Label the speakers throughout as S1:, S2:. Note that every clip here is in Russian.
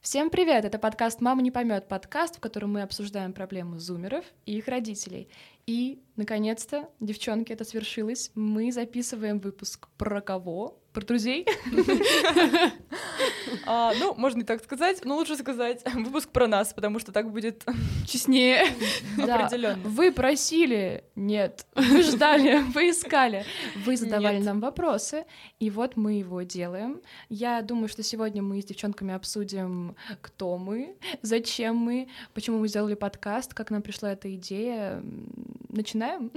S1: Всем привет! Это подкаст «Мама не поймет» подкаст, в котором мы обсуждаем проблему зумеров и их родителей. И, наконец-то, девчонки, это свершилось. Мы записываем выпуск про кого? Про друзей?
S2: А, ну, можно и так сказать, но лучше сказать выпуск про нас, потому что так будет
S1: Честнее. Да.
S2: определенно.
S1: Вы просили, нет, вы ждали, вы искали, вы задавали
S2: Нет.
S1: нам вопросы, и вот мы его делаем. Я думаю, что сегодня мы с девчонками обсудим, кто мы, зачем мы, почему мы сделали подкаст, как нам пришла эта идея. М, Начинаем?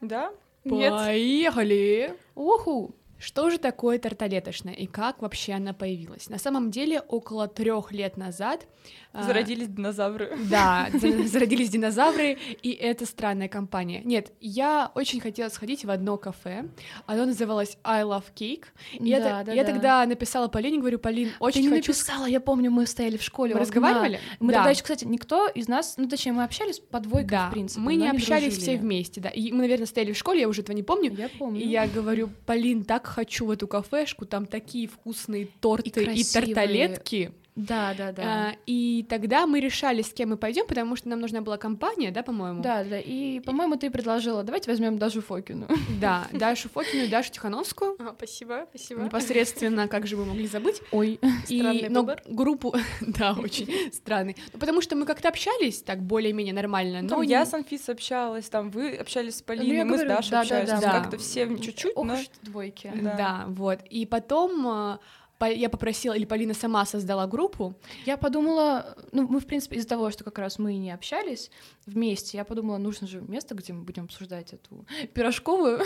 S2: Да? Нет.
S3: Поехали!
S1: Уху!
S3: Что же такое тарталеточная и как вообще она появилась? На самом деле, около трех лет назад... а,
S2: Зародились динозавры.
S3: Да, за- зародились динозавры, и это странная компания. Нет, я очень хотела сходить в одно кафе, оно называлось I Love Cake, и я,
S1: Да,
S3: та-
S1: да,
S3: я
S1: да.
S3: тогда написала Полине, говорю, Полин,
S1: Ты
S3: очень
S1: не
S3: хочу... с-
S1: написала, я помню, мы стояли в школе.
S3: Мы
S1: у окна.
S3: разговаривали?
S1: Мы
S3: Да.
S1: тогда еще, кстати, никто из нас, ну точнее, мы общались по двойкам,
S3: Да,
S1: в принципе.
S3: мы
S1: но
S3: не общались все
S1: дружили.
S3: вместе, да, и мы, наверное, стояли в школе, я уже этого не помню,
S1: Я помню.
S3: И я говорю, Полин, так хочу в эту кафешку, там такие вкусные торты и,
S1: красивые.
S3: тарталетки.
S1: Да, да, да.
S3: А, и тогда мы решали, с кем мы пойдем, потому что нам нужна была компания, да, по-моему?
S1: Да, да. И, по-моему, ты предложила, давайте возьмем Дашу Фокину.
S3: Да, Дашу Фокину и Дашу Тихановскую.
S2: Спасибо, спасибо.
S3: Непосредственно, как же вы могли забыть?
S1: Ой.
S3: И,
S2: Странный
S3: но
S2: выбор.
S3: группу, да, очень странный. Ну, потому что мы как-то общались так более-менее нормально.
S2: Ну,
S3: Но
S2: я
S3: не-
S2: с Анфисой общалась, там вы общались с
S1: Ну,
S2: Полиной,
S1: я
S2: мы
S1: говорю,
S2: с Дашей
S1: да, да, да.
S2: общались. То есть
S3: Да.
S2: Как-то все чуть-чуть,
S1: Ох
S2: но...
S1: уж двойки.
S2: Да.
S3: да. вот. И потом а, Пол- я попросила, или Полина сама создала группу.
S1: Я подумала, ну, мы, в принципе, из-за того, что как раз мы и не общались вместе, я подумала, нужно же место, где мы будем обсуждать эту пирожковую.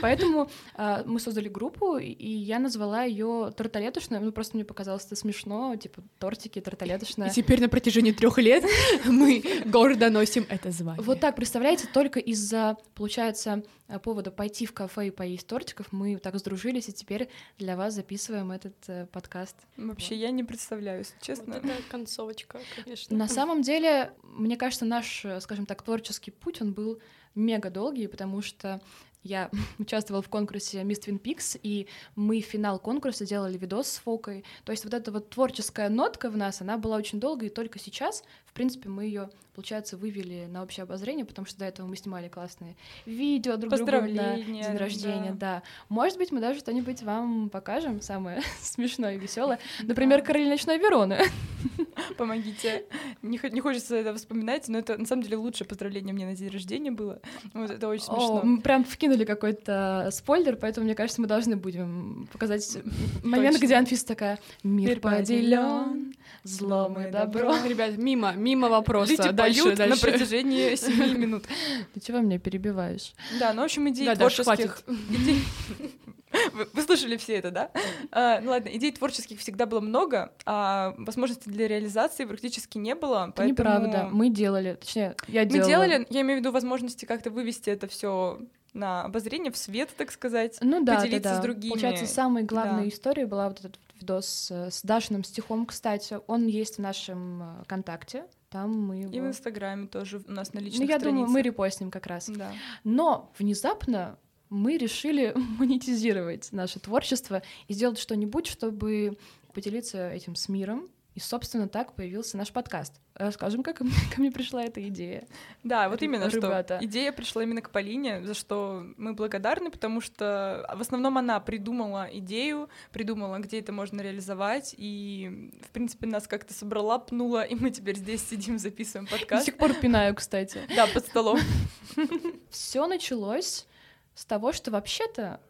S1: Поэтому а, мы создали группу, и- и я назвала ее тарталеточная. Ну, просто мне показалось это смешно, типа тортики,
S3: И
S1: тарталеточная.
S3: теперь на протяжении трех лет мы гордо носим это звание.
S1: Вот так, представляете, только из-за, получается, э, повода пойти в кафе и поесть тортиков мы так сдружились, и теперь для вас записываем этот э, подкаст.
S2: Вообще, я не представляю, если честно.
S4: концовочка, конечно.
S1: На самом деле, мне кажется, наш, э, скажем так, творческий путь, он был мега долгий, потому что я участвовала в конкурсе Miss Twin Peaks, и мы в финал конкурса делали видос с Фокой. То есть вот эта вот творческая нотка в нас, она была очень долго, и только сейчас, в принципе, мы ее, получается, вывели на общее обозрение, потому что до этого мы снимали классные видео друг другу на
S2: Поздравления,
S1: день рождения,
S2: да.
S1: да. Может быть, мы даже что-нибудь вам покажем самое смешное и веселое. Например, «Короли ночной Вероны».
S2: Помогите. Не, хо- не хочется это вспоминать, но это на самом деле лучшее поздравление мне на день рождения было. Вот это очень
S1: О,
S2: смешно.
S1: мы прям вкинули какой-то э, спойлер, поэтому, мне кажется, мы должны будем показать момент,
S2: Точно.
S1: где Анфиса такая «Мир
S2: Мир
S1: поделен,
S2: поделен,
S1: злом и
S2: и
S1: добро».
S3: Ребят, мимо, мимо вопроса.
S2: Люди
S3: дальше,
S2: поют на
S3: дальше.
S2: протяжении 7 минут.
S1: Ты чего меня перебиваешь?
S2: Да, ну, в общем, идеи
S3: Да, Даш,
S2: творческих... идей- Вы вы слышали все это, да? А, Ну ладно, идей творческих всегда было много, а возможностей для реализации практически не было.
S1: Это неправда,
S2: поэтому
S1: мы делали, точнее, я
S2: Мы
S1: делала.
S2: делали, я имею в виду возможности как-то вывести это все на обозрение, в свет, так сказать.
S1: Ну да, да,
S2: поделиться
S1: да.
S2: с другими.
S1: Получается, самой главной
S2: Да.
S1: историей была вот этот видос э, с Дашиным стихом, кстати. Он есть в нашем э, ВКонтакте, там мы его...
S2: И в Инстаграме тоже у нас на
S1: ну,
S2: личных
S1: я думаю, мы
S2: страницах.
S1: репостим как раз.
S2: Да.
S1: Но внезапно мы решили монетизировать наше творчество и сделать что-нибудь, чтобы поделиться этим с миром. И, собственно, так появился наш подкаст. Расскажем, как ко мне пришла эта идея.
S2: Да, вот
S1: Реб-
S2: именно
S1: ребята.
S2: что идея пришла именно к Полине, за что мы благодарны, потому что а, в основном она придумала идею, придумала, где это можно реализовать, и, в принципе, нас как-то собрала, пнула, и мы теперь здесь сидим, записываем
S1: До
S2: подкаст.
S1: сих пор пинаю, кстати.
S2: Да, под столом.
S1: Все началось с того, что вообще-то,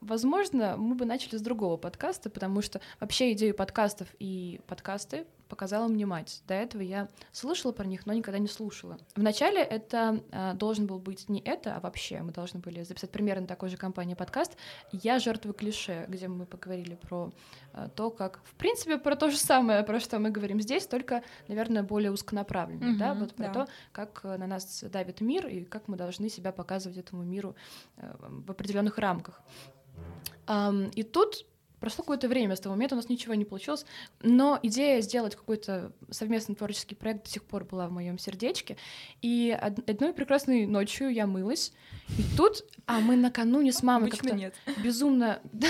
S1: возможно, мы бы начали с другого подкаста, потому что вообще идею подкастов и подкасты показала мне мать. До этого я слышала про них, но никогда не слушала. Вначале это а, должен был быть не это, а вообще мы должны были записать примерно такой же компании подкаст «Я жертва клише», где мы поговорили про а, то, как, в принципе, про то же самое, про что мы говорим здесь, только, наверное, более узконаправленно, да,
S2: Мгм,
S1: вот про
S2: да.
S1: то, как э, на нас давит мир и как мы должны себя показывать этому миру э, в определенных рамках. Ам, И тут прошло какое-то время с того момента, у нас ничего не получилось, но идея сделать какой-то совместный творческий проект до сих пор была в моем сердечке. И од- одной прекрасной ночью я мылась, и тут, а мы накануне с мамой
S2: Обычно
S1: как-то
S2: нет.
S1: безумно... Да.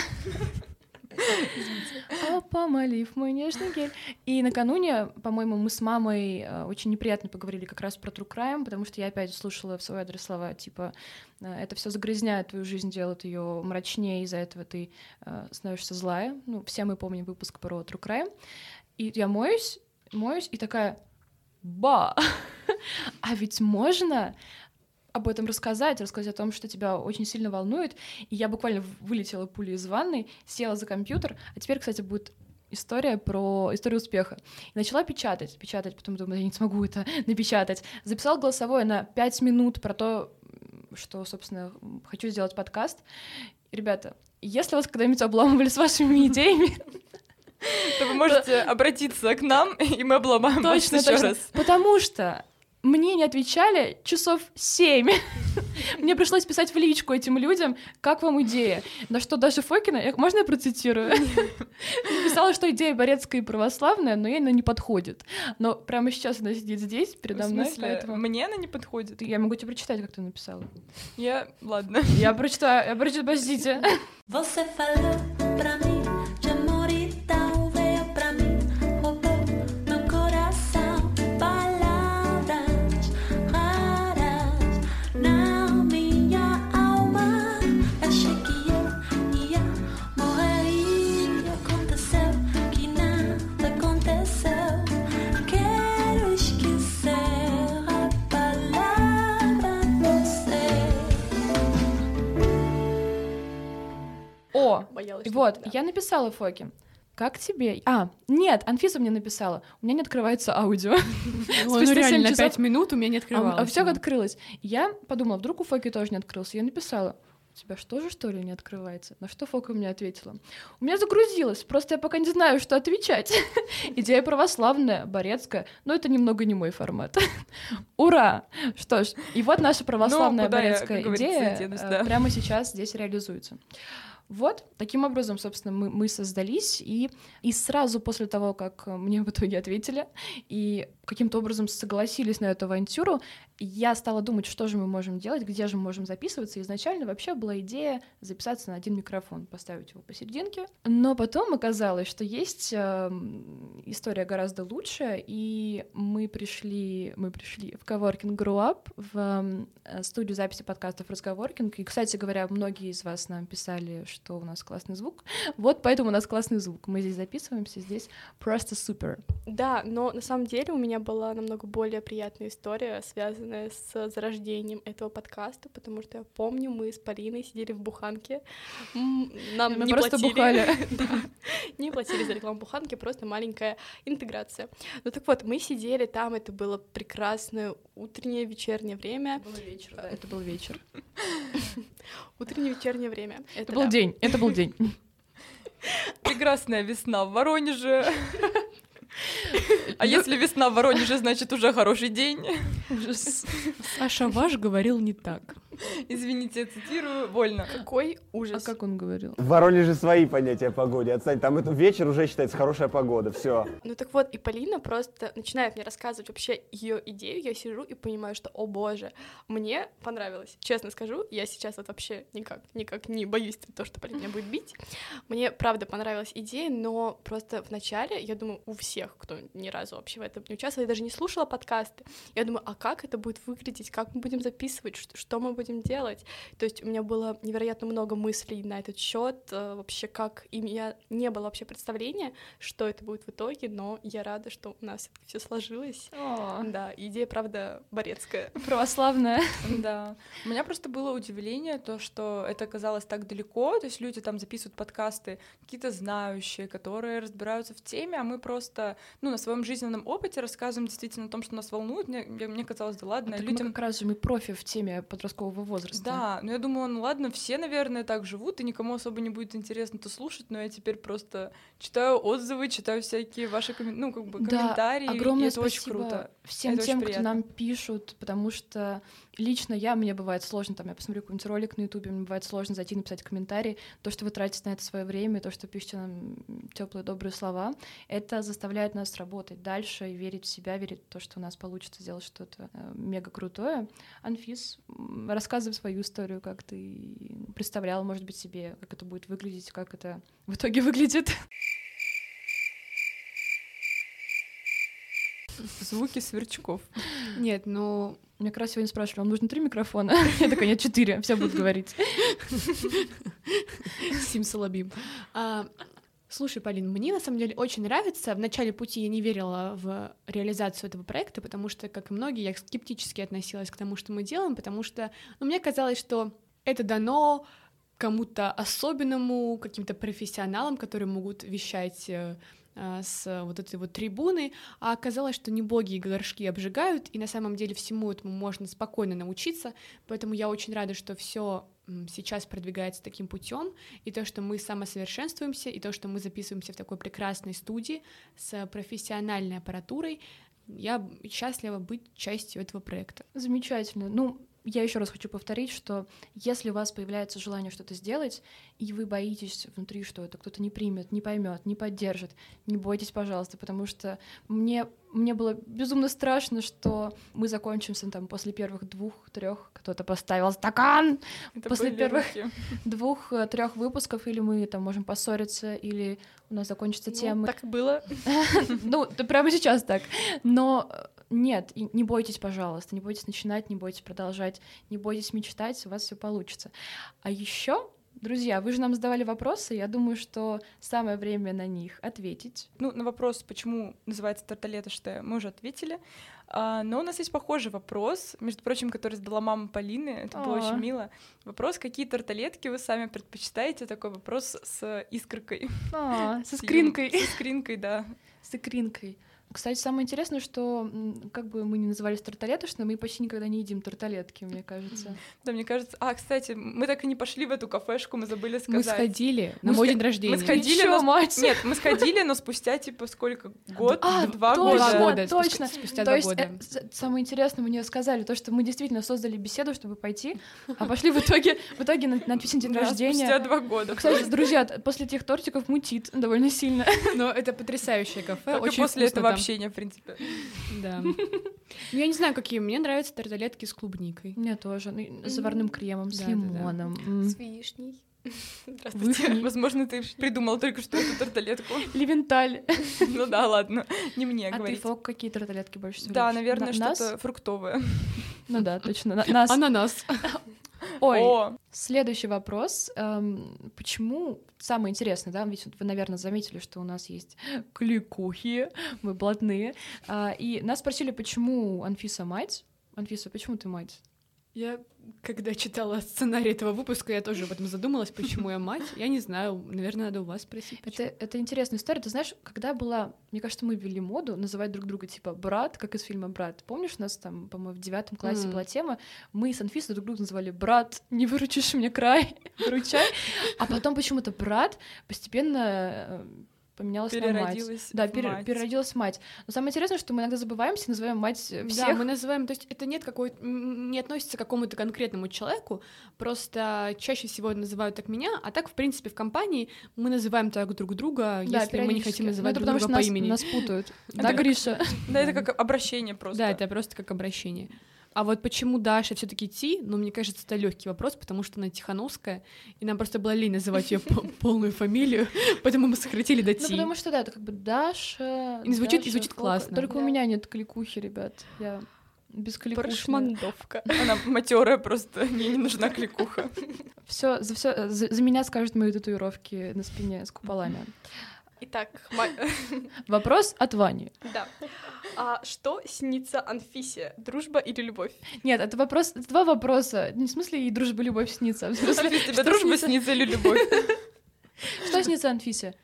S1: А помолив мой нежный гель. И накануне, по-моему, мы с мамой э, очень неприятно поговорили как раз про True Crime, потому что я опять слушала в свой адрес слова типа э, это все загрязняет твою жизнь, делает ее мрачнее, из-за этого ты э, становишься злая. Ну, все мы помним выпуск про True Crime. И я моюсь, моюсь, и такая, ба, а ведь можно об этом рассказать, рассказать о том, что тебя очень сильно волнует. И я буквально вылетела пулей из ванной, села за компьютер. А теперь, кстати, будет история про историю успеха. И начала печатать, печатать, потом думаю, я не смогу это напечатать. Записала голосовое на 5 минут про то, что, собственно, хочу сделать подкаст. Ребята, если вас когда-нибудь обламывали с вашими идеями,
S2: то вы можете обратиться к нам, и мы обломаем вас еще раз.
S1: Потому что мне не отвечали часов семь. Мне пришлось писать в личку этим людям, как вам идея. На что даже Фокина, я- можно я процитирую? Писала, что идея борецкая и православная, но ей она не подходит. Но прямо сейчас она сидит здесь, передо
S2: В
S1: мной,
S2: смысле,
S1: поэтому...
S2: мне она не подходит.
S1: Я могу тебе прочитать, как ты написала.
S2: Я, ладно.
S1: Я прочитаю, я прочитаю, подождите.
S5: Você falou pra mim de amor e tal, veio pra mim, roubou meu coração. Palavras raras na minha alma. Achei que eu ia morrer e aconteceu que nada aconteceu. Quero esquecer a palavra você.
S1: О,
S3: Боялась.
S1: И
S3: что
S1: Вот,
S3: да.
S1: я написала Фоке. Как тебе? А, нет, Анфиса мне написала. У меня не открывается аудио.
S6: Ой, ну
S1: Спустя
S6: реально,
S1: семь часов-
S6: пять минут у меня не
S1: А,
S6: открывалось.
S1: все
S6: оно.
S1: открылось. Я подумала, вдруг у Фоки тоже не открылся. Я написала, у тебя что же, что ли, не открывается? На что Фока мне ответила? У меня загрузилось, просто я пока не знаю, что отвечать. Идея православная, борецкая, но это немного не мой формат. Ура! Что ж, и вот наша православная
S2: куда Ну, я, как
S1: борецкая
S2: говорится,
S1: идея
S2: денусь,
S1: э,
S2: да.
S1: прямо сейчас здесь реализуется. Вот, таким образом, собственно, мы, мы создались, и, и сразу после того, как э, мне в итоге ответили, и каким-то образом согласились на эту авантюру, я стала думать, что же мы можем делать, где же мы можем записываться. Изначально вообще была идея записаться на один микрофон, поставить его посерединке. Но потом оказалось, что есть эм, история гораздо лучше, и мы пришли, мы пришли в Coworking Grow Up, в эм, э, студию записи подкастов Разговоркинг. И, кстати говоря, многие из вас нам писали, что у нас классный звук. Вот поэтому у нас классный звук. Мы здесь записываемся, здесь просто супер.
S3: Да, но на самом деле у меня была намного более приятная история, связанная с зарождением этого подкаста, потому что я помню, мы с Полиной сидели в буханке. М, Нам
S1: Мы
S3: не
S1: просто
S3: платили.
S1: бухали.
S3: Да. Не платили за рекламу буханки, просто маленькая интеграция. Ну так вот, мы сидели там, это было прекрасное утреннее, вечернее время.
S1: был вечер, да, это был вечер.
S3: Утреннее, вечернее время.
S1: Это был
S3: да.
S1: день, это был день.
S2: Прекрасная весна в Воронеже. А если весна в Воронеже, значит, уже хороший день.
S1: Ужас.
S6: Саша Ваш говорил не так.
S2: Извините, я цитирую вольно.
S3: Какой
S1: А
S3: ужас.
S1: как он говорил?
S7: В Воронеже свои понятия о погоде. Отстань, там это вечер уже считается хорошая погода. Все.
S3: Ну так вот, и Полина просто начинает мне рассказывать вообще ее идею, я сижу и понимаю, что, о боже, мне понравилось. Честно скажу, я сейчас вот вообще никак, никак не боюсь то, что Полина меня будет бить. Мне, правда, понравилась идея, но просто вначале, я думаю, у всех, кто ни разу вообще в этом не участвовал, я даже не слушала подкасты, я думаю, а как это будет выглядеть, как мы будем записывать, что, что мы будем делать? То есть у меня было невероятно много мыслей на этот счет, э, вообще как, и у меня не было вообще представления, что это будет в итоге, но я рада, что у нас все сложилось. Да, идея, правда, борецкая.
S1: Православная.
S2: Да. У меня просто было удивление, то, что это оказалось так далеко, то есть люди там записывают подкасты, какие-то знающие, которые разбираются в теме, а мы просто, ну, на своем жизненном опыте рассказываем действительно о том, что нас волнует. Мне, я- мне казалось, да ладно,
S1: Так мы
S2: людям...
S1: А как раз же мы профи в теме подросткового возраста.
S2: Да, ну я думала, ну ладно, все, наверное, так живут, и никому особо не будет интересно это слушать, но я теперь просто читаю отзывы, читаю всякие ваши коммен- ну, как бы,
S1: Да,
S2: комментарии, и
S1: огромное
S2: это
S1: спасибо
S2: очень круто.
S1: всем
S2: Это очень
S1: тем, кто
S2: приятно.
S1: нам пишут, потому что Лично я, мне бывает сложно, там, я посмотрю какой-нибудь ролик на Ютубе, мне бывает сложно зайти и написать комментарий. То, что вы тратите на это свое время, то, что пишете нам теплые добрые слова, это заставляет нас работать дальше и верить в себя, верить в то, что у нас получится сделать что-то э, мега крутое. Анфис, м, рассказывай свою историю, как ты представляла, может быть, себе, как это будет выглядеть, как это в итоге выглядит.
S2: Звуки сверчков.
S3: Нет, ну,
S1: Меня как раз сегодня спрашивали, вам нужно три микрофона? Я такая, нет, четыре, все будут говорить.
S3: Симсалабим. А, слушай, Полин, мне на самом деле очень нравится. В начале пути я не верила в реализацию этого проекта, потому что, как и многие, я скептически относилась к тому, что мы делаем, потому что ну, мне казалось, что это дано кому-то особенному, каким-то профессионалам, которые могут вещать э, а, с вот этой вот трибуны, а оказалось, что не боги и горшки обжигают, и на самом деле всему этому можно спокойно научиться, поэтому я очень рада, что все сейчас продвигается таким путем, и то, что мы самосовершенствуемся, и то, что мы записываемся в такой прекрасной студии с профессиональной аппаратурой, я счастлива быть частью этого проекта.
S1: Замечательно. Ну, я еще раз хочу повторить, что если у вас появляется желание что-то сделать, и вы боитесь внутри, что это кто-то не примет, не поймет, не поддержит, не бойтесь, пожалуйста, потому что мне, мне было безумно страшно, что мы закончимся там после первых двух-трех, кто-то поставил стакан,
S2: Это
S1: После
S2: были
S1: первых
S2: руки.
S1: двух-трех выпусков, или мы там можем поссориться, или у нас закончится
S4: Ну,
S1: тема,
S4: Так и было.
S1: Ну, да прямо сейчас так. Но э, нет, и не бойтесь, пожалуйста, не бойтесь начинать, не бойтесь продолжать, не бойтесь мечтать, у вас все получится. А еще, друзья, вы же нам задавали вопросы, я думаю, что самое время на них ответить.
S2: Ну, на вопрос, почему называется тарталетоште, мы уже ответили. А, но у нас есть похожий вопрос, между прочим, который задала мама Полины. Это было
S1: О.
S2: очень мило. Вопрос, какие тарталетки вы сами предпочитаете? Такой вопрос с
S1: С
S2: искоркой. С её-
S1: искринкой.
S2: С искринкой, да.
S1: С икринкой. Кстати, самое интересное, что м, как бы мы ни назывались тарталетушно, мы почти никогда не едим тарталетки, мне кажется.
S2: Да, мне кажется... А, кстати, мы так и не пошли в эту кафешку, мы забыли
S3: Мы
S2: сказать.
S3: сходили
S2: Мы
S3: на мой
S2: схо-
S3: день
S2: мы
S3: рождения.
S2: сходили. Ходили,
S1: Ещё,
S2: но-
S1: мать!
S2: Нет, мы сходили, но спустя, типа, сколько? Год?
S1: А,
S2: два
S1: точно,
S2: года?
S3: Два года, спуска-
S1: точно.
S3: спустя
S1: То
S3: два
S1: есть,
S3: года.
S1: э, с- самое интересное, мне сказали, то, что мы действительно создали беседу, чтобы пойти, а пошли в итоге, в итоге на, на Петин день
S2: Да,
S1: рождения.
S2: Спустя два года.
S1: Кстати, друзья, т- после тех тортиков мутит довольно сильно.
S3: Но это потрясающее кафе.
S2: Только
S3: очень
S2: после
S3: вкусно
S2: этого
S3: там.
S2: общения, в принципе.
S3: Да. Ну, я не знаю, какие. Мне нравятся тарталетки с клубникой.
S1: Мне тоже. ну, и с заварным кремом, с
S3: Да, да, да.
S1: лимоном. м.
S4: С вишней. Здравствуйте.
S1: Вышний.
S2: Возможно, ты придумал только что эту тарталетку.
S1: Левенталь.
S2: Ну да, ладно, не мне
S1: А ты,
S2: говорить.
S1: Фок, какие тарталетки больше всего
S2: Да,
S1: любишь?
S2: наверное,
S1: На- нас?
S2: что-то фруктовое.
S1: Ну да, точно. на- Нас.
S3: Ананас.
S1: Ой,
S2: О,
S1: Следующий вопрос. Эм, почему самое интересное, да, ведь вот вы, наверное, заметили, что у нас есть кликухи, мы блатные. А, и нас спросили, почему Анфиса мать. Анфиса, почему ты мать?
S3: Я, когда читала сценарий этого выпуска, я тоже об этом задумалась, почему я мать. Я не знаю, наверное, надо у вас спросить.
S1: Это, это интересная история. Ты знаешь, когда была, мне кажется, мы ввели моду называть друг друга типа брат, как из фильма Брат. Помнишь, у нас там, по-моему, в девятом классе
S3: Мгм.
S1: была тема. Мы с Анфисой друг друга называли брат, не выручишь мне край, выручай. А потом почему-то брат постепенно э, поменялась на мать.
S2: переродилась.
S1: Да,
S2: в
S1: пере-
S2: мать.
S1: переродилась мать. Но самое интересное, что мы иногда забываемся и называем мать э, всех.
S3: Да, мы называем, то есть это нет какой м, не относится к какому-то конкретному человеку, просто чаще всего называют так меня, а так в принципе в компании мы называем так друг друга,
S1: Да,
S3: если мы не
S1: периодически.
S3: хотим
S1: Ну,
S3: называть
S1: это
S3: друг
S1: потому, что
S3: друга по
S1: нас,
S3: имени.
S1: нас путают.
S3: Это
S1: Да,
S3: как-
S1: Гриша? Ну,
S2: Да, это как обращение просто.
S3: Да, это просто как обращение. А вот почему Даша все-таки Ти, ну, мне кажется, это легкий вопрос, потому что она Тихановская, и нам просто было лень называть ее полную фамилию, поэтому мы сократили до
S1: Ну,
S3: Ти.
S1: потому что, да, это как бы Даша...
S3: И звучит- и
S1: Даша,
S3: звучит
S1: Фока.
S3: классно.
S1: Только у
S4: Да.
S1: меня нет кликухи, ребят. Я без кликухи.
S4: Прошмандовка.
S2: Она матерая просто, мне не нужна кликуха.
S1: Все, за, все, за, за меня скажут мои татуировки на спине с куполами.
S4: Итак, ма-
S1: Вопрос от Вани.
S4: да. А что снится Анфисе? Дружба или любовь?
S1: Нет, это вопрос, это два вопроса. Не в смысле и дружба, любовь снится. а в смысле,
S2: Анфис, тебе
S1: что
S2: дружба
S1: снится-
S2: снится или любовь?
S1: Что снится Анфисе?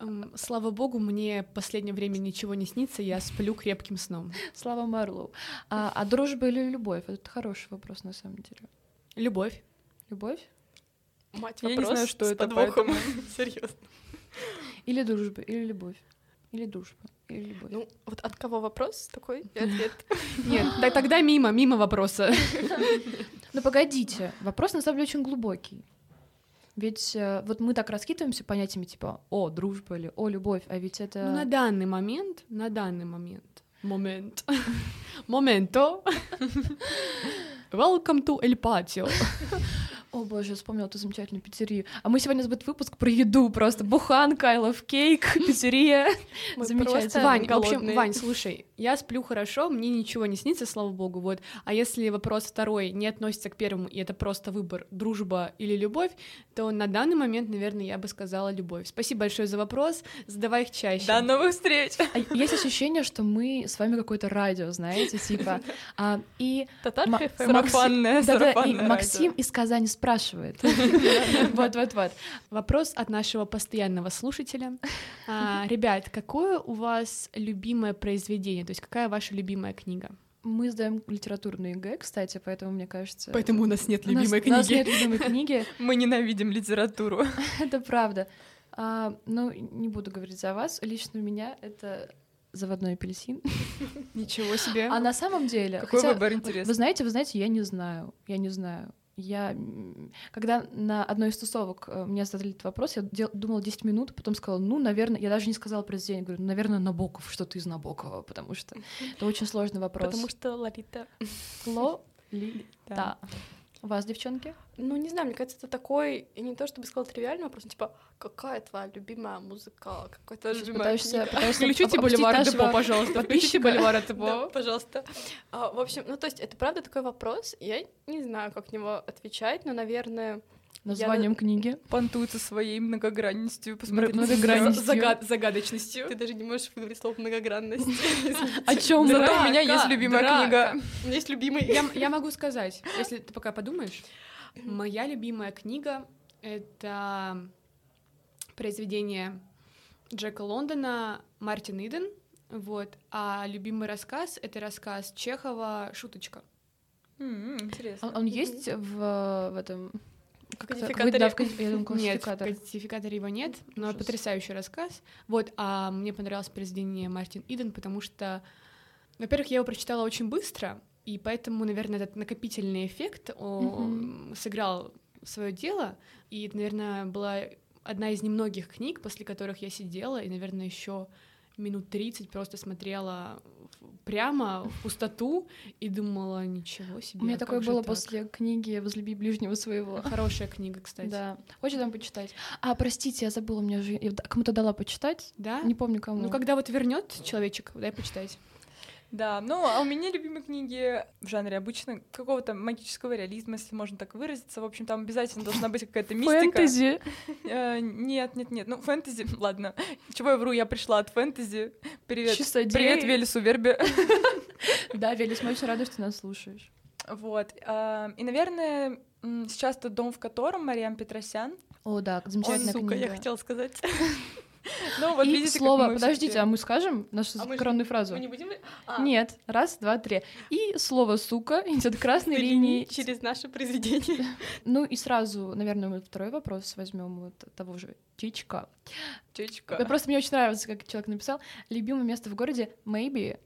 S3: Эм, Слава богу, мне в последнее время ничего не снится, я сплю крепким сном.
S1: Слава Марлоу. А, а дружба или любовь? Вот Это хороший вопрос на самом деле.
S3: Любовь.
S1: Любовь
S4: Мать,
S2: Я не
S4: вопрос
S2: знаю, что
S4: с
S2: это,
S4: подвохом. Серьезно.
S1: или дружба, или любовь, или дружба. или любовь?
S4: Ну, вот от кого вопрос такой и ответ.
S3: Нет, да- тогда мимо, мимо вопроса.
S1: Ну погодите, вопрос на самом деле очень глубокий. Ведь э, вот мы так раскидываемся понятиями типа «о, дружба» или «о, любовь», а ведь это...
S3: Ну, на данный момент, на данный момент, момент, моменто, welcome to El Patio.
S1: О боже, я вспомнила эту замечательную пиццерию. А мы сегодня будет выпуск про еду просто. Буханка, I love cake, пиццерия.
S4: Мы
S1: Замечательно.
S4: просто
S3: Вань, в общем,
S4: голодные.
S3: Вань, слушай, я сплю хорошо, мне ничего не снится, слава богу, вот. А если вопрос второй не относится к первому, и это просто выбор, дружба или любовь, то на данный момент, наверное, я бы сказала любовь. Спасибо большое за вопрос, задавай их чаще.
S2: До новых встреч!
S1: А Есть ощущение, что мы с вами какое-то радио, знаете, типа. а, И
S4: Татар
S1: Ма-
S4: ХФМ.
S1: Макс-
S2: Сарафанное,
S1: да-да, и
S2: сарафанное
S1: Максим
S2: радио.
S1: из Казани спрашивает. Вот-вот-вот.
S3: Вопрос от нашего постоянного слушателя. А, ребят, какое у вас любимое произведение, то есть какая ваша любимая книга?
S1: Мы сдаем литературную ЕГЭ, кстати, поэтому, мне кажется...
S3: у нас нет
S1: у нас- У нас нет любимой книги,
S2: Мы ненавидим литературу.
S1: это правда. А, Ну, не буду говорить за вас. Лично у меня это «Заводной апельсин».
S3: Ничего себе.
S1: А на самом деле...
S2: Эм. Какой
S1: хотя-
S2: выбор интересный.
S1: Вы знаете, вы знаете, я не знаю, я не знаю. Я, м, когда на одной из тусовок э, мне задали этот вопрос, я дел- думала 10 минут, потом сказала, ну, наверное, я даже не сказала произведение, говорю, наверное, Набоков, что-то из Набокова, потому что это очень сложный вопрос.
S4: Потому что Лолита.
S1: Лолита. У вас, девчонки?
S4: Ну, не знаю, мне кажется, это такой, я не то чтобы сказала тривиальный вопрос, но типа, какая твоя любимая музыка, какой твоя
S2: Сейчас
S4: любимая
S1: Пытаешься,
S4: книга?
S1: пытаешься
S3: Включите
S1: об-
S3: Боливар
S1: обстить
S3: Депо,
S1: нашего-
S3: пожалуйста. Включите Боливар
S4: Да,
S3: Депо.
S4: пожалуйста. А, в общем, ну, то есть, это правда такой вопрос, я не знаю, как на него отвечать, но, наверное,
S1: названием книги.
S2: Понтуются своей многогранностью. Посмотрите на
S1: многогранностью.
S2: себя.
S3: Загад- Загадочностью.
S4: ты даже не можешь выговорить слово многогранность.
S1: О чем
S2: Зато у меня есть любимая
S3: драка.
S2: книга.
S4: У меня есть любимый.
S3: Я, я могу сказать, если ты пока подумаешь, моя любимая книга — это произведение Джека Лондона «Мартин Иден». Вот. А любимый рассказ — это рассказ Чехова «Шуточка».
S2: М, Интересно.
S1: Он, он есть в, в этом... как это-
S4: Кодификаторе.
S1: да, в кон- я думаю,
S3: Нет, в
S1: классификатор.
S3: классификаторе его нет, но
S1: Ужас.
S3: потрясающий рассказ. Вот, а мне понравилось произведение Мартин Иден, потому что, во-первых, я его прочитала очень быстро, и поэтому, наверное, этот накопительный эффект он сыграл свое дело, и это, наверное, была одна из немногих книг, после которых я сидела, и, наверное, еще минут 30 просто смотрела в- прямо в пустоту и думала, ничего себе.
S1: У меня
S3: как
S1: такое
S3: же
S1: было
S3: так?»
S1: после книги «Возлюби ближнего своего».
S3: Хорошая книга, кстати.
S1: Да. Хочешь там почитать? А, простите, я забыла, мне же я д- кому-то дала почитать.
S4: А?
S3: Да?
S1: Не помню кому.
S3: Ну, когда вот вернет человечек, дай почитать.
S2: Да, ну а у меня любимые книги в жанре обычно какого-то магического реализма, если можно так выразиться. В общем, там обязательно должна быть какая-то мистика.
S1: Фэнтези.
S2: Э, Нет, нет, нет. Ну, фэнтези, ладно. Чего я вру, я пришла от фэнтези. Привет.
S1: Часодей.
S2: Привет, Велесу Верби.
S1: Да, Велес, мы очень рады, что ты нас слушаешь.
S2: Вот. э, И, наверное, м, сейчас тот дом, в котором Мариам Петросян.
S1: О, да,
S4: Ой,
S1: замечательная
S4: сука, я
S1: книга.
S4: хотела сказать.
S2: Ну, вот
S1: И
S2: видите, как
S1: слово,
S2: мы
S1: подождите,
S2: всё-таки-
S1: а мы скажем нашу
S4: А мы же-
S1: коронную фразу?
S4: Мы не будем... А,
S1: Нет, раз, два, три. И слово «сука» идет красной
S4: ты
S1: линией.
S4: линии через наше произведение.
S1: Ну и сразу, наверное, мы второй вопрос возьмем вот того же Чичка.
S2: Чечка.
S1: Да, Просто мне очень нравится, как человек написал. Любимое место в городе maybe.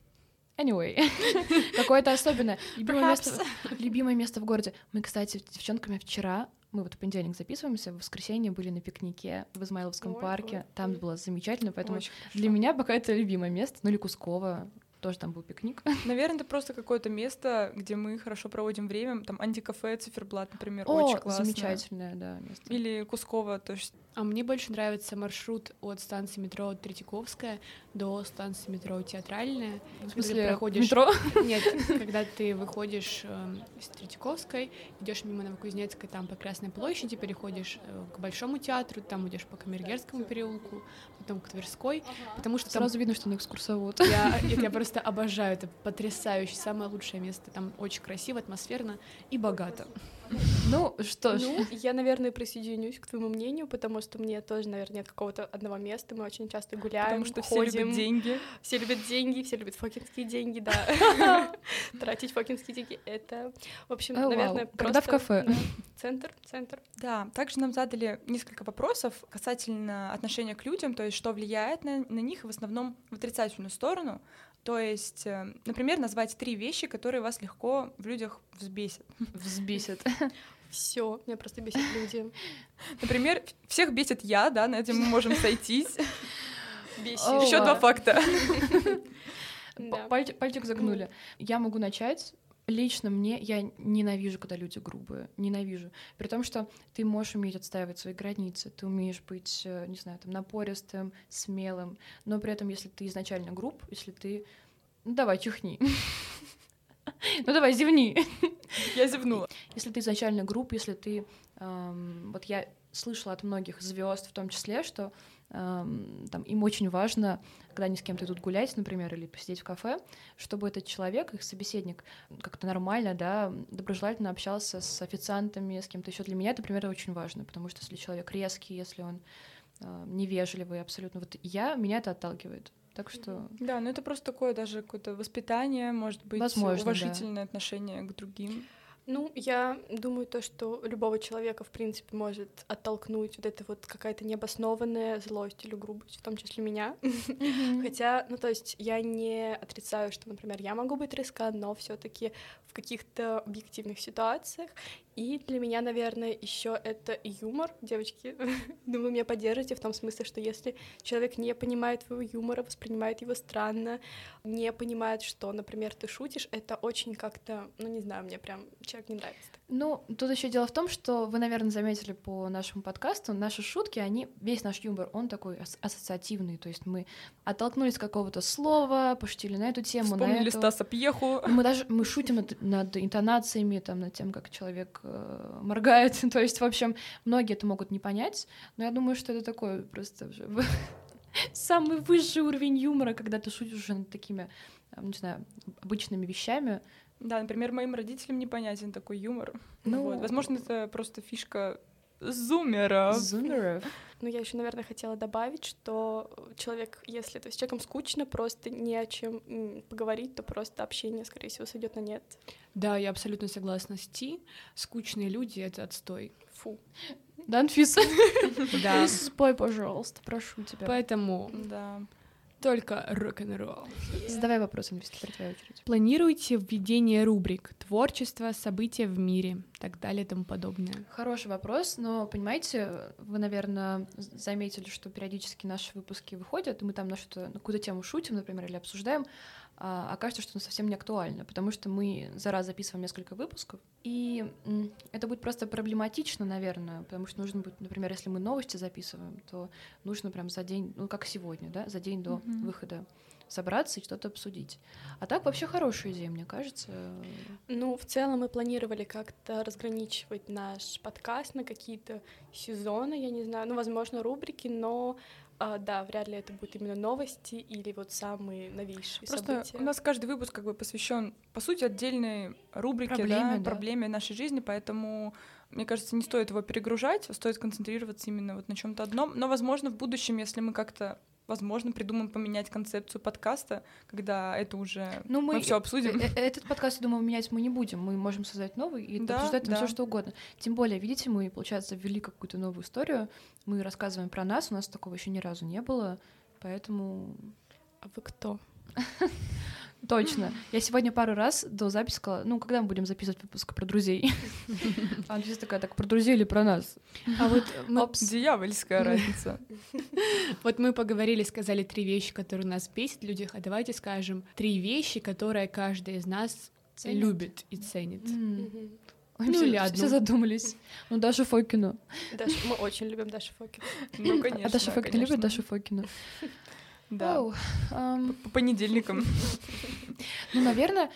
S1: Anyway, какое-то особенное. Любимое место, любимое место в городе. Мы, кстати, с девчонками вчера, мы вот в понедельник записываемся, в воскресенье были на пикнике в Измайловском
S4: Ой,
S1: парке.
S4: ой,
S1: Там
S4: ой.
S1: было замечательно, поэтому
S2: Очень
S1: для меня пока это любимое место. Ну или Кускова, тоже там был пикник.
S2: Наверное, это просто какое-то место, где мы хорошо проводим время. Там антикафе, циферблат, например, очень
S1: О,
S2: классно.
S1: замечательное, да, место.
S2: Или Кускова, то есть
S3: А мне больше нравится маршрут от станции метро Третьяковская до станции метро Театральная.
S1: В
S3: Когда ты
S1: смысле,
S3: проходишь...
S1: метро?
S3: Нет, когда ты выходишь эм, с Третьяковской, идешь мимо Новокузнецкой, там по Красной площади, переходишь э, к Большому театру, там идешь по Камергерскому переулку, потом к Тверской, потому что там
S1: Сразу видно, что не экскурсовод.
S3: Я, я тебя просто обожаю, это потрясающе, самое лучшее место. Там очень красиво, атмосферно и богато.
S1: Ну что ж,
S4: Ну, я, наверное, присоединюсь к твоему мнению, потому что мне тоже, наверное, нет какого-то одного места. Мы очень часто гуляем,
S2: потому что все
S4: ходим.
S2: любят деньги.
S4: Все любят деньги, все любят фокинские деньги, да. Тратить фокинские деньги — это, в общем,
S1: Э, вау.
S4: наверное,
S1: Когда в
S4: просто,
S1: кафе.
S4: да. Центр, центр.
S2: Да, также нам задали несколько вопросов касательно отношения к людям, то есть что влияет на, на них в основном в отрицательную сторону. То есть, э, например, назвать три вещи, которые вас легко в людях взбесят.
S1: Взбесит.
S4: Все, меня просто бесит люди.
S2: Например, в- всех бесит я, да, на этом мы можем сойтись.
S1: О,
S2: Еще два
S1: ладно.
S2: факта.
S4: Да.
S1: П- пальти- Пальчик загнули. Я могу начать. Лично мне я ненавижу, когда люди грубые. Ненавижу. При том, что ты можешь уметь отстаивать свои границы, ты умеешь быть, э, не знаю, там, напористым, смелым, но при этом, если ты изначально груб, если ты... Ну, давай, чихни. Ну, давай, зевни.
S2: Я зевнула.
S1: Если ты изначально груб, если ты... эм, вот я слышала от многих звезд в том числе, что эм, там, им очень важно, когда они с кем-то идут гулять, например, или посидеть в кафе, чтобы этот человек, их собеседник, как-то нормально, да, доброжелательно общался с официантами, с кем-то еще. Для меня это, например, очень важно, потому что если человек резкий, если он э, невежливый абсолютно, вот я, меня это отталкивает. Так что
S2: Да, ну это просто такое даже какое-то воспитание, может быть,
S1: Возможно, да.
S2: уважительное отношение к другим.
S4: Ну, я думаю, то, что любого человека, в принципе, может оттолкнуть вот эта вот какая-то необоснованная злость или грубость, в том числе меня. Хотя, ну, то есть я не отрицаю, что, например, я могу быть резка, но все таки в каких-то объективных ситуациях. И для меня, наверное, еще это юмор, девочки. Думаю, меня поддержите в том смысле, что если человек не понимает твоего юмора, воспринимает его странно, не понимает, что, например, ты шутишь, это очень как-то, ну, не знаю, мне прям человек не нравится.
S1: Ну, тут еще дело в том, что вы, наверное, заметили по нашему подкасту, наши шутки, они, весь наш юмор, он такой ас- ассоциативный, то есть мы оттолкнулись от какого-то слова, пошутили на эту тему, на
S2: Вспомнили
S1: эту.
S2: Стаса Пьеху.
S1: Мы даже мы шутим над, над интонациями, там, над тем, как человек э, моргает. То есть, в общем, многие это могут не понять, но я думаю, что это такой просто уже в- самый высший уровень юмора, когда ты шутишь уже над такими, э, не знаю, обычными вещами.
S2: Да, например, моим родителям непонятен такой юмор.
S1: Ну,
S2: Вот, Возможно, это просто фишка зумера.
S1: зумеров.
S4: Но я еще, наверное, хотела добавить, что э, человек, если то есть человеком скучно, просто не о чем м, поговорить, то просто общение, скорее всего, сойдет на нет.
S3: Да, я абсолютно согласна с Ти. Скучные люди — это отстой.
S4: Фу.
S1: Да, Анфиса?
S3: Да.
S1: Спой, пожалуйста, прошу тебя.
S3: Поэтому
S2: Да.
S3: только рок-н-ролл.
S1: Задавай вопрос, инвеститор, твоя очередь.
S3: Планируйте введение рубрик «Творчество», «События в мире» так далее и тому подобное.
S1: Хороший вопрос, но, понимаете, вы, наверное, з- заметили, что периодически наши выпуски выходят, и мы там на, что-то, на какую-то тему шутим, например, или обсуждаем, а окажется, что оно совсем не актуально, потому что мы за раз записываем несколько выпусков, и м, это будет просто проблематично, наверное, потому что нужно будет, например, если мы новости записываем, то нужно прям за день, ну, как сегодня, да, за день до
S2: Мгм.
S1: выхода собраться и что-то обсудить. А так вообще хорошая идея, мне кажется.
S4: Ну, в целом мы планировали как-то разграничивать наш подкаст на какие-то сезоны, я не знаю, ну, возможно, рубрики, но а, да, вряд ли это будут именно новости или вот самые новейшие
S2: Просто
S4: события.
S2: у нас каждый выпуск как бы посвящен, по сути, отдельной рубрике,
S1: Проблеме,
S2: да,
S1: да.
S2: проблеме нашей жизни, поэтому мне кажется, не стоит его перегружать, а стоит концентрироваться именно вот на чем-то одном. Но, возможно, в будущем, если мы как-то, возможно, придумаем поменять концепцию подкаста, когда это уже
S1: Ну,
S2: мы,
S1: мы-
S2: все обсудим.
S1: Э, э, Этот подкаст, я думаю, менять мы не будем. Мы можем создать новый и
S2: Да,
S1: обсуждать там
S2: да.
S1: все что угодно. Тем более, видите, мы, получается, ввели какую-то новую историю. Мы рассказываем про нас, у нас такого еще ни разу не было. Поэтому
S4: А вы кто?
S1: точно. Я сегодня пару раз до записи сказала, ну, когда мы будем записывать выпуск про друзей? А она такая, так про друзей или про нас?
S3: А вот мы,
S1: Опс.
S2: Дьявольская разница.
S3: вот мы поговорили, сказали три вещи, которые нас бесят в людях, а давайте скажем три вещи, которые каждый из нас
S1: Ценит.
S3: любит и ценит.
S1: М.
S4: Мгм.
S1: Ой,
S3: Ну,
S1: все-
S3: или одну.
S1: Все задумались. Ну, Даша Фокину.
S4: Даша, мы очень любим Дашу Фокин.
S2: Ну,
S1: А
S2: конечно.
S1: Даша Фокина
S2: конечно.
S1: любит Дашу Фокину?
S2: Да.
S1: Оу, ам.
S2: По понедельникам.
S1: Ну, наверное,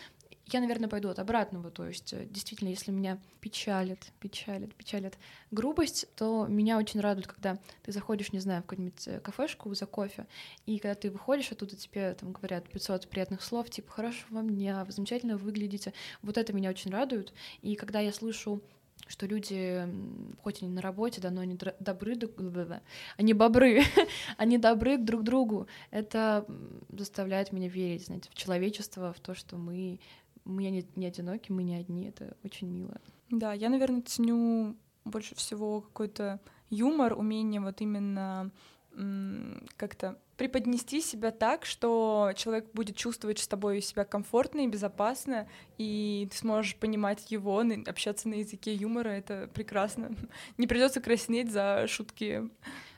S1: я, наверное, пойду от обратного. То есть, э, действительно, если меня печалит, печалит, печалит грубость, то меня очень радует, когда ты заходишь, не знаю, в какую-нибудь э, кафешку за кофе, и когда ты выходишь оттуда, тебе там говорят 500 приятных слов, типа «хорошего вам дня», «вы замечательно выглядите». Вот это меня очень радует. И когда я слышу что люди, м, хоть они на работе, да, но они дра- добры, друг- бла-бла-бла, они бобры, они добры друг к другу, это м, заставляет меня верить, знаете, в человечество, в то, что мы, мы не, не одиноки, мы не одни, это очень мило.
S2: Да, я, наверное, ценю больше всего какой-то юмор, умение вот именно м, как-то преподнести себя так, что человек будет чувствовать с тобой себя комфортно и безопасно, и ты сможешь понимать его, на- общаться на языке юмора, это прекрасно. Не придется краснеть за шутки.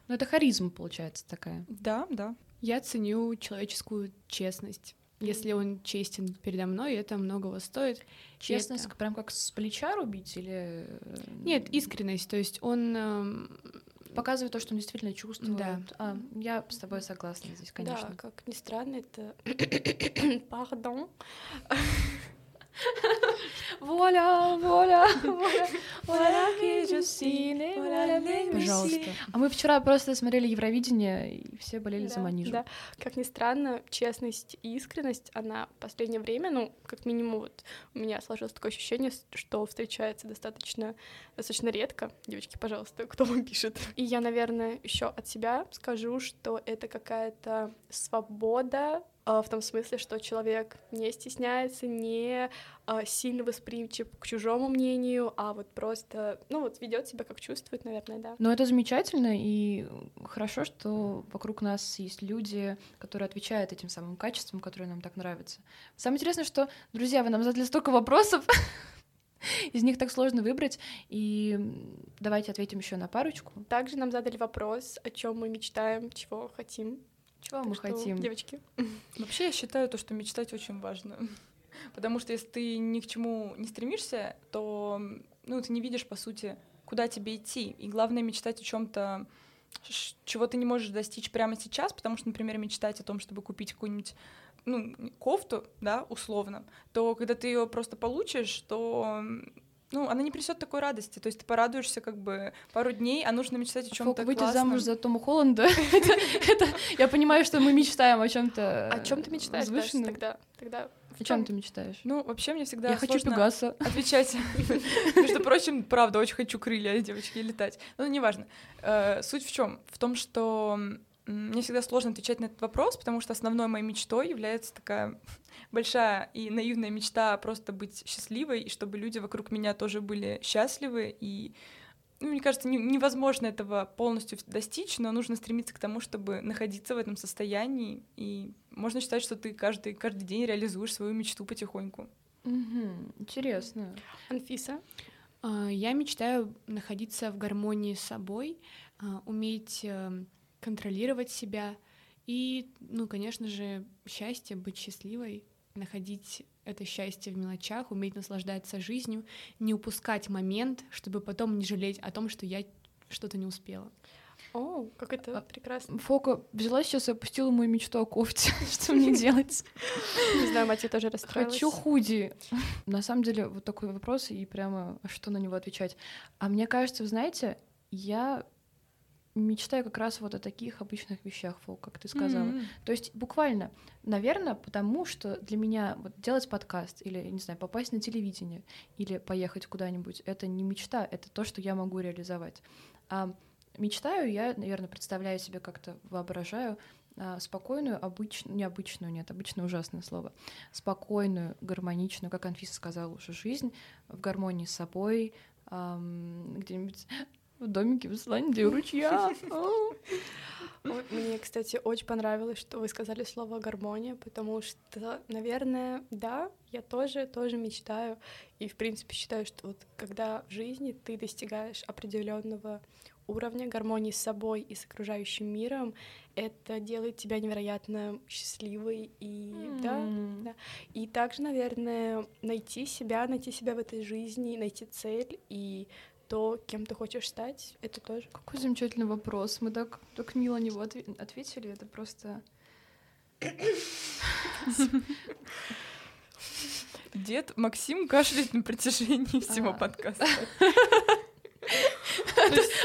S1: Ну, это харизма, получается, такая.
S2: Да, да.
S3: Я ценю человеческую честность. Если он честен передо мной, это многого стоит.
S1: Честность,
S3: И это-
S1: прям как с плеча рубить или... э,
S3: Нет, искренность. То есть он... эм,
S1: Показывает то, что он действительно чувствует.
S3: Да.
S1: А, я с тобой согласна здесь, конечно.
S4: Да, как ни странно, это... Пардон.
S1: Воля, воля, воля,
S3: Пожалуйста.
S1: А мы вчера просто смотрели Евровидение, и все болели за
S4: Да,
S1: Манижу.
S4: да. Как ни странно, честность и искренность, она в последнее время, ну, как минимум, вот у меня сложилось такое ощущение, с- что встречается достаточно, достаточно редко. Девочки, пожалуйста, кто вам пишет? И я, наверное, еще от себя скажу, что это какая-то свобода а, в том смысле, что человек не стесняется, не а, сильно восприимчив к чужому мнению, а вот просто, ну вот ведет себя как чувствует, наверное, да.
S1: Но это замечательно, и хорошо, что вокруг нас есть люди, которые отвечают этим самым качествам, которые нам так нравятся. Самое интересное, что, друзья, вы нам задали столько вопросов, из них так сложно выбрать, и м, давайте ответим еще на парочку.
S4: Также нам задали вопрос, о чем мы мечтаем, чего хотим.
S1: Чего
S4: Так
S1: мы
S4: что,
S1: хотим?
S4: Девочки.
S2: Вообще, я считаю то, что мечтать очень важно. Потому что если ты ни к чему не стремишься, то ну, ты не видишь, по сути, куда тебе идти. И главное мечтать о чем-то, чего ты не можешь достичь прямо сейчас, потому что, например, мечтать о том, чтобы купить какую-нибудь ну, кофту, да, условно, то когда ты ее просто получишь, то м, ну, она не принесет такой радости. То есть ты порадуешься как бы пару дней, а нужно мечтать о
S1: Фок,
S2: чем-то
S1: выйти
S2: классном.
S1: замуж за Тома Холланда. это, это- я понимаю, что мы мечтаем о чем-то.
S4: О чем ты мечтаешь, Даш, тогда? Тогда
S1: О чем ты мечтаешь?
S2: Ну, вообще мне всегда
S1: я хочу
S2: сложно-
S1: Пегаса.
S2: Отвечать. Между прочим, правда, очень хочу крылья, девочки, и летать. Но неважно. Э, Суть в чем? В том, что м, мне всегда сложно отвечать на этот вопрос, потому что основной моей мечтой является такая большая и наивная мечта просто быть счастливой, и чтобы люди вокруг меня тоже были счастливы. И, ну, мне кажется, не- невозможно этого полностью достичь, но нужно стремиться к тому, чтобы находиться в этом состоянии. И можно считать, что ты каждый, каждый день реализуешь свою мечту потихоньку.
S1: Мгм, Интересно.
S4: Анфиса.
S3: а, Я мечтаю находиться в гармонии с собой, а, уметь эм, контролировать себя и, ну, конечно же, счастье, быть счастливой, находить это счастье в мелочах, уметь наслаждаться жизнью, не упускать момент, чтобы потом не жалеть о том, что я что-то не успела.
S4: О, как это
S1: А-
S4: прекрасно.
S1: Фока взяла сейчас и опустила мою мечту о кофте. Что мне делать?
S4: Не знаю, мать я тоже расстроилась.
S1: Хочу худи. На самом деле, вот такой вопрос, и прямо а что на него отвечать. А мне кажется, вы знаете, я мечтаю как раз вот о таких обычных вещах, Фок, как ты сказала.
S2: Мгм.
S1: То есть буквально, наверное, потому что для меня вот делать подкаст или, не знаю, попасть на телевидение или поехать куда-нибудь, это не мечта, это то, что я могу реализовать. А мечтаю я, наверное, представляю себе как-то, воображаю а, спокойную, обычную, необычную, нет, обычное ужасное слово, спокойную, гармоничную, как Анфиса сказала уже, жизнь в гармонии с собой, ам, где-нибудь в домике в Исландии у ручья. Ау.
S4: Ой, Мне, кстати, очень понравилось, что вы сказали слово гармония, потому что, наверное, да, я тоже, тоже мечтаю. И, в принципе, считаю, что вот когда в жизни ты достигаешь определенного уровня гармонии с собой и с окружающим миром, это делает тебя невероятно счастливой и, да,
S1: М.
S4: И также, наверное, найти себя, найти себя в этой жизни, найти цель и то, кем ты хочешь стать, это тоже.
S1: Какой замечательный вопрос. Мы так, так мило на него отве- ответили. Это просто...
S2: Дед Максим кашляет на протяжении всего
S1: А.
S2: подкаста.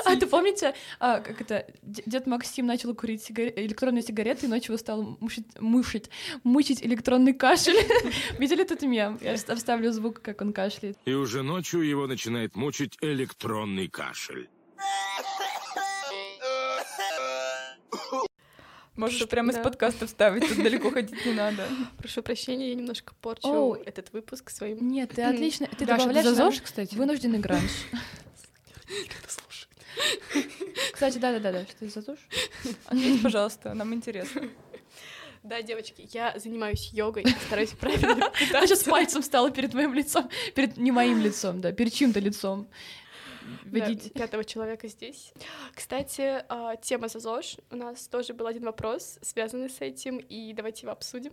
S1: А, ты помните, а, как это, де- дед Максим начал курить сигаре- электронные сигареты и ночью его стал мушить, мушить, мучить электронный кашель. Видели этот мем? Я вст- вставлю звук, как он кашляет.
S8: И уже ночью его начинает мучить электронный кашель.
S2: Можешь
S4: Чтоб-
S2: прямо из
S4: да.
S2: подкаста вставить, тут далеко ходить не надо.
S4: Прошу прощения, я немножко порчу
S1: Оу.
S4: этот выпуск своим.
S1: Нет, ты отлично. Ты
S3: Даша,
S1: добавляешь
S3: ты за
S1: нам
S3: ЗОЖ, кстати?
S1: вынужденный гранж. Кстати, да-да-да, что ты за ЗОЖ?
S2: Ответь, пожалуйста, нам интересно.
S4: Да, девочки, я занимаюсь йогой, стараюсь правильно.
S1: Она Ну, сейчас пальцем стала перед моим лицом, перед не моим лицом, да, перед чьим-то лицом.
S4: Да,
S1: Водить.
S4: пятого человека здесь. Кстати, а, тема за ЗОЖ. У нас тоже был один вопрос, связанный с этим, и давайте его обсудим.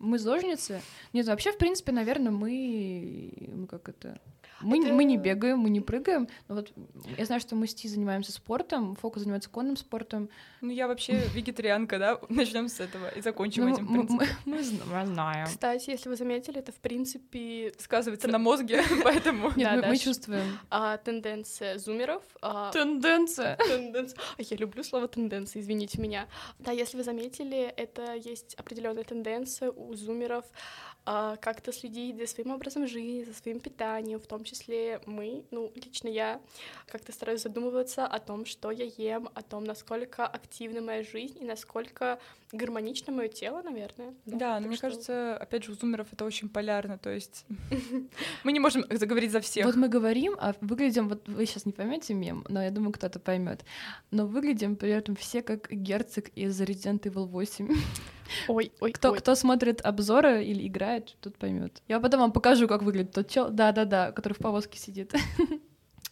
S1: Мы зожницы? Нет, вообще, в принципе, наверное, мы... Ну, как это... Мы,
S4: Это-
S1: мы не бегаем, мы не прыгаем. Но вот я знаю, что мы с Ти занимаемся спортом, Фокус занимается конным спортом.
S2: Ну, я вообще вегетарианка, да? Начнем с этого и закончим
S1: Ну,
S2: этим, в
S1: мы,
S2: принципе.
S1: мы- мы зн- мы знаем.
S4: Кстати, если вы заметили, это, в принципе,
S2: Сказывается на мозге, поэтому...
S1: Нет,
S4: Да,
S1: мы, мы
S4: Даш.
S1: чувствуем.
S4: а, тенденция зумеров. а,
S1: Тенденция.
S4: Тенденс- А Я люблю слово тенденция, извините меня. Да, если вы заметили, это есть определенная тенденция у зумеров а, как-то следить за своим образом жизни, за своим питанием, в том числе мы, ну, лично я как-то стараюсь задумываться о том, что я ем, о том, насколько активна моя жизнь и насколько гармонично мое тело, наверное.
S2: Да,
S4: так
S2: но мне
S4: что-
S2: кажется, опять же, у зумеров это очень полярно, то есть мы не можем заговорить за всех.
S1: Вот мы говорим, а выглядим, вот вы сейчас не поймете мем, но я думаю, кто-то поймет. Но выглядим при этом все как герцог из Resident Evil 8.
S4: Ой, ой,
S1: Кто,
S4: ой.
S1: кто смотрит обзоры или играет, тот поймет. Я потом вам покажу, как выглядит тот чел. Да-да-да, который в повозке сидит.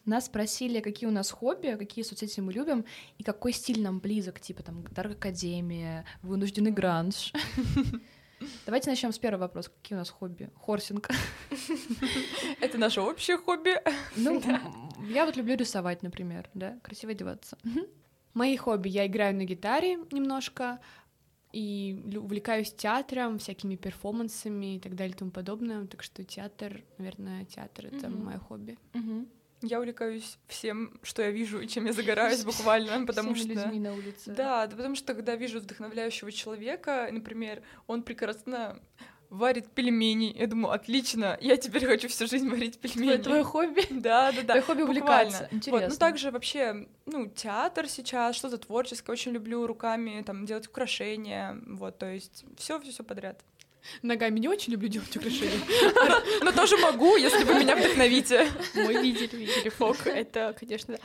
S1: Нас спросили, какие у нас хобби, а какие соцсети мы любим и какой стиль нам близок, типа там Dark Академия, вынужденный гранж. Давайте начнем с первого вопроса. Какие у нас хобби? Хорсинг.
S2: Это наше общее хобби.
S1: Ну, м, я вот люблю рисовать, например, да, красиво одеваться.
S3: Мои хобби. Я играю на гитаре немножко и лю- увлекаюсь театром, всякими перформансами и так далее и тому подобное. Так что театр, наверное, театр — это
S1: Мгм.
S3: мое хобби.
S2: Я увлекаюсь всем, что я вижу и чем я загораюсь буквально, потому
S1: Всеми
S2: что...
S1: людьми на улице.
S2: Да, да потому что когда вижу вдохновляющего человека, например, он прекрасно варит пельмени, я думаю, отлично, я теперь хочу всю жизнь варить пельмени.
S1: Твое, твое Ну, хобби.
S2: Да, да, да.
S1: Твое хобби увлекаться.
S2: буквально. Вот,
S1: Интересно.
S2: ну также вообще, ну, театр сейчас, что-то творческое, очень люблю руками там делать украшения, вот, то есть все, все, все подряд.
S3: Ногами не очень люблю делать украшения.
S2: Но тоже могу, если вы меня вдохновите.
S4: Мы видели, видели фок. Это, конечно,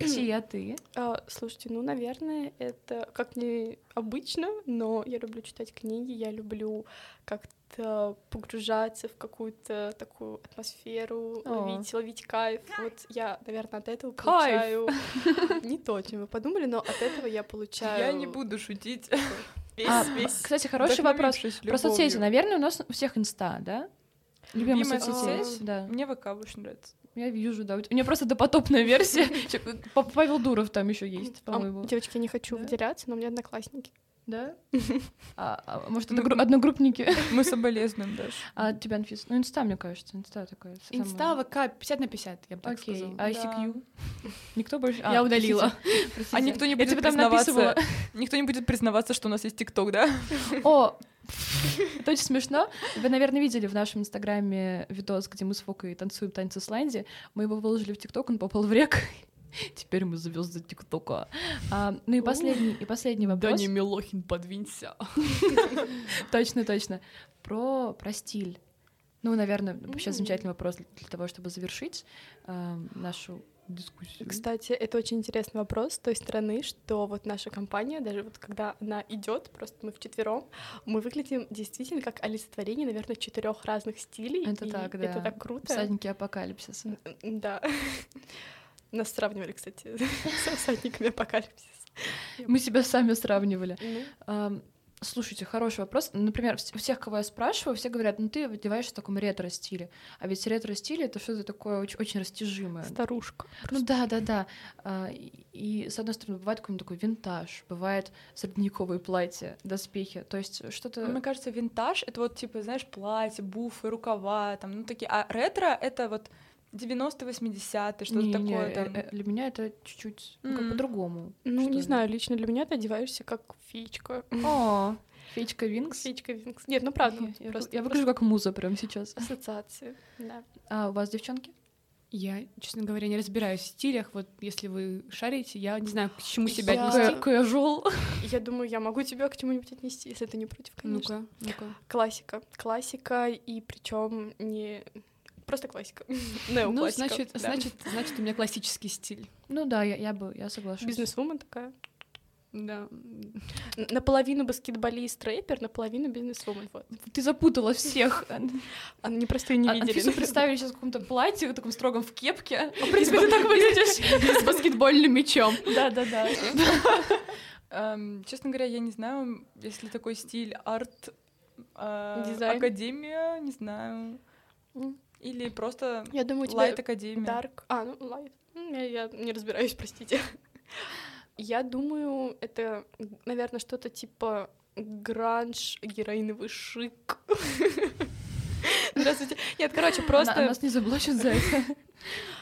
S1: Сия ты.
S4: А, слушайте, ну, наверное, это как не обычно, но я люблю читать книги, я люблю как-то погружаться в какую-то такую атмосферу,
S1: О.
S4: ловить, ловить кайф. Вот я, наверное, от этого
S1: Кайф.
S4: получаю... Не то, чем вы подумали, но от этого я получаю...
S2: Я не буду шутить. Весь,
S1: А,
S2: весь.
S1: Кстати, хороший вопрос.
S2: вдохновившись
S1: Про соцсети.
S2: любовью.
S1: Наверное, у нас у всех инста, да? Любимая
S2: Любимая
S1: соцсеть?
S2: соцсеть?
S1: Да.
S2: Мне ВК очень нравится.
S1: Я вижу, да. У меня просто допотопная версия. Чё, Па- Павел Дуров там еще есть,
S4: А,
S1: по-моему.
S4: девочки, я не хочу
S1: Да?
S4: выделяться, но у меня одноклассники.
S1: Да? А, а, может, это
S2: Ну,
S1: гру- одногруппники?
S2: Мы соболезнуем даже.
S1: А тебя, Анфис? Ну, инста, мне кажется. Инста такая. самая.
S3: Инста, ВК 50 на 50, я бы так
S1: Окей.
S3: сказала.
S1: А ICQ? Никто больше... а,
S3: Я удалила.
S1: простите, простите.
S2: А никто не
S1: Я
S2: будет
S1: тебе там
S2: признаваться.
S1: написывала.
S2: Никто не будет признаваться, что у нас есть ТикТок, да?
S1: О, это очень смешно. Вы, наверное, видели в нашем инстаграме видос, где мы с Фокой танцуем танцы слайди. Мы его выложили в ТикТок, он попал в рек. Теперь мы звезды ТикТока. А, ну и последний, и последний вопрос.
S3: Милохин, подвинься.
S1: Точно, точно. Про, про стиль. Ну, наверное, вообще замечательный вопрос для для того, чтобы завершить а, нашу дискуссию.
S4: Кстати, это очень интересный вопрос с той стороны, что вот наша компания, даже вот когда она идет, просто мы вчетвером, мы выглядим действительно как олицетворение, наверное, четырех разных стилей.
S1: Это
S4: и
S1: так, да.
S4: Это так круто.
S1: Всадники апокалипсиса.
S4: М, Да. Нас сравнивали, кстати, с всадниками апокалипсиса.
S1: Мы себя сами сравнивали.
S4: Ну,
S1: Ам, Слушайте, хороший вопрос. Например, вс- у всех, кого я спрашиваю, все говорят, ну ты одеваешься в таком ретро-стиле. А ведь ретро-стиль — это что-то такое очень, очень растяжимое.
S4: Старушка.
S1: Ну да, да, да. А, И, и, с одной стороны, бывает какой-нибудь такой винтаж, бывает средневековые платья, доспехи. То есть что-то...
S2: Ну, Мне кажется, винтаж — это вот, типа, знаешь, платье, буфы, рукава, там, ну, такие. А ретро — это вот 90-80-е, что-то
S1: Не-не,
S2: такое
S1: э,
S2: там.
S1: э, Для меня это чуть-чуть ну, как
S2: Мгм.
S1: по-другому.
S4: Ну,
S1: что
S4: не
S1: ли.
S4: знаю, лично для меня ты одеваешься как феечка.
S1: О, феечка Винкс.
S4: Феечка Винкс. Нет, ну правда,
S1: Я,
S4: просто
S1: я выгляжу как муза прямо сейчас.
S4: ассоциации. Да.
S1: А у вас, девчонки?
S3: Я, честно говоря, не разбираюсь в стилях. Вот если вы шарите, я не знаю, к чему себя
S4: Я-
S3: отнести.
S1: Casual.
S4: Я думаю, я могу тебя к чему-нибудь отнести, если ты не против, конечно.
S3: Ну-ка, ну-ка.
S4: Классика. Классика, и причем не просто классика. Неоклассика.
S3: Ну, значит,
S4: да.
S3: значит, значит, у меня классический стиль.
S1: Ну да, я, я бы, я соглашусь.
S4: Бизнесвумен такая.
S3: Да.
S4: Н- Наполовину баскетболист, рэпер, наполовину бизнесвумен. Вот.
S1: Ты запутала всех.
S4: Она непростые не
S1: А-
S4: видели.
S1: Анфису представили сейчас в каком-то платье, в таком строгом в кепке. В принципе, ты так выглядишь.
S3: С баскетбольным мячом.
S1: Да-да-да.
S2: Эм, честно говоря, я не знаю, если такой стиль арт э,
S4: Дизайн.
S2: академия, не знаю.
S4: М.
S2: Или просто
S4: Я думаю, у тебя
S2: лайт академия.
S4: Дарк. А, ну, лайт. М, Я, я не разбираюсь, простите. Я думаю, это, наверное, что-то типа гранж, героиновый шик. Здравствуйте. Нет, короче,
S1: Просто
S4: просто
S1: А нас не заблочат за это.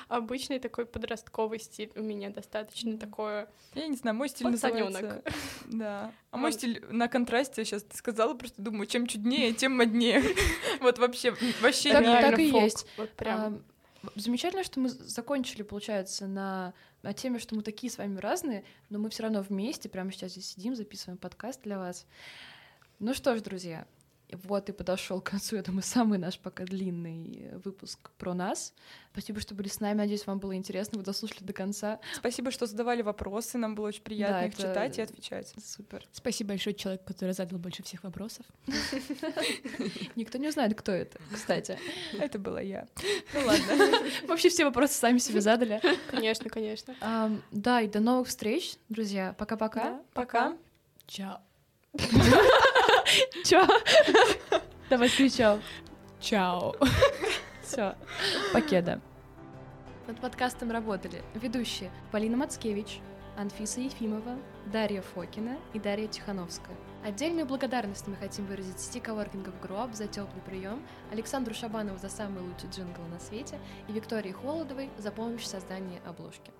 S4: обычный такой подростковый стиль у меня достаточно такое.
S2: Я не знаю, мой стиль
S4: Пацанёнок.
S2: называется... Да. А
S4: Он-
S2: мой стиль на контрасте, я сейчас сказала, просто думаю, чем чуднее, тем моднее. Вот вообще, вообще
S1: Так-
S2: нереально.
S1: так и
S4: фолк,
S1: есть.
S4: Вот прям.
S1: А, Замечательно, что мы закончили, получается, на, на теме, что мы такие с вами разные, но мы все равно вместе, прямо сейчас здесь сидим, записываем подкаст для вас. Ну что ж, друзья, вот и подошел к концу, я думаю, самый наш пока длинный э, выпуск про нас. Спасибо, что были с нами. Надеюсь, вам было интересно, вы дослушали до конца.
S2: Спасибо, что задавали вопросы, нам было очень приятно
S1: Да,
S2: их
S1: это-
S2: читать и отвечать.
S1: Супер.
S3: Спасибо большое человеку, который задал больше всех вопросов.
S1: Никто не узнает, кто это, кстати.
S2: Это была я.
S1: Ну ладно. Вообще все вопросы сами себе задали.
S4: Конечно, конечно.
S1: Ам, Да, и до новых встреч, друзья. Пока-пока.
S2: Да, Пока.
S3: Чао.
S1: Чё? Давай кричал.
S3: Чао.
S1: Все. Покеда. Над подкастом работали ведущие Полина Мацкевич, Анфиса Ефимова, Дарья Фокина и Дарья Тихановская. Отдельную благодарность мы хотим выразить сети коворкингов Груап за теплый прием, Александру Шабанову за самый лучший джингл на свете и Виктории Холодовой за помощь в создании обложки.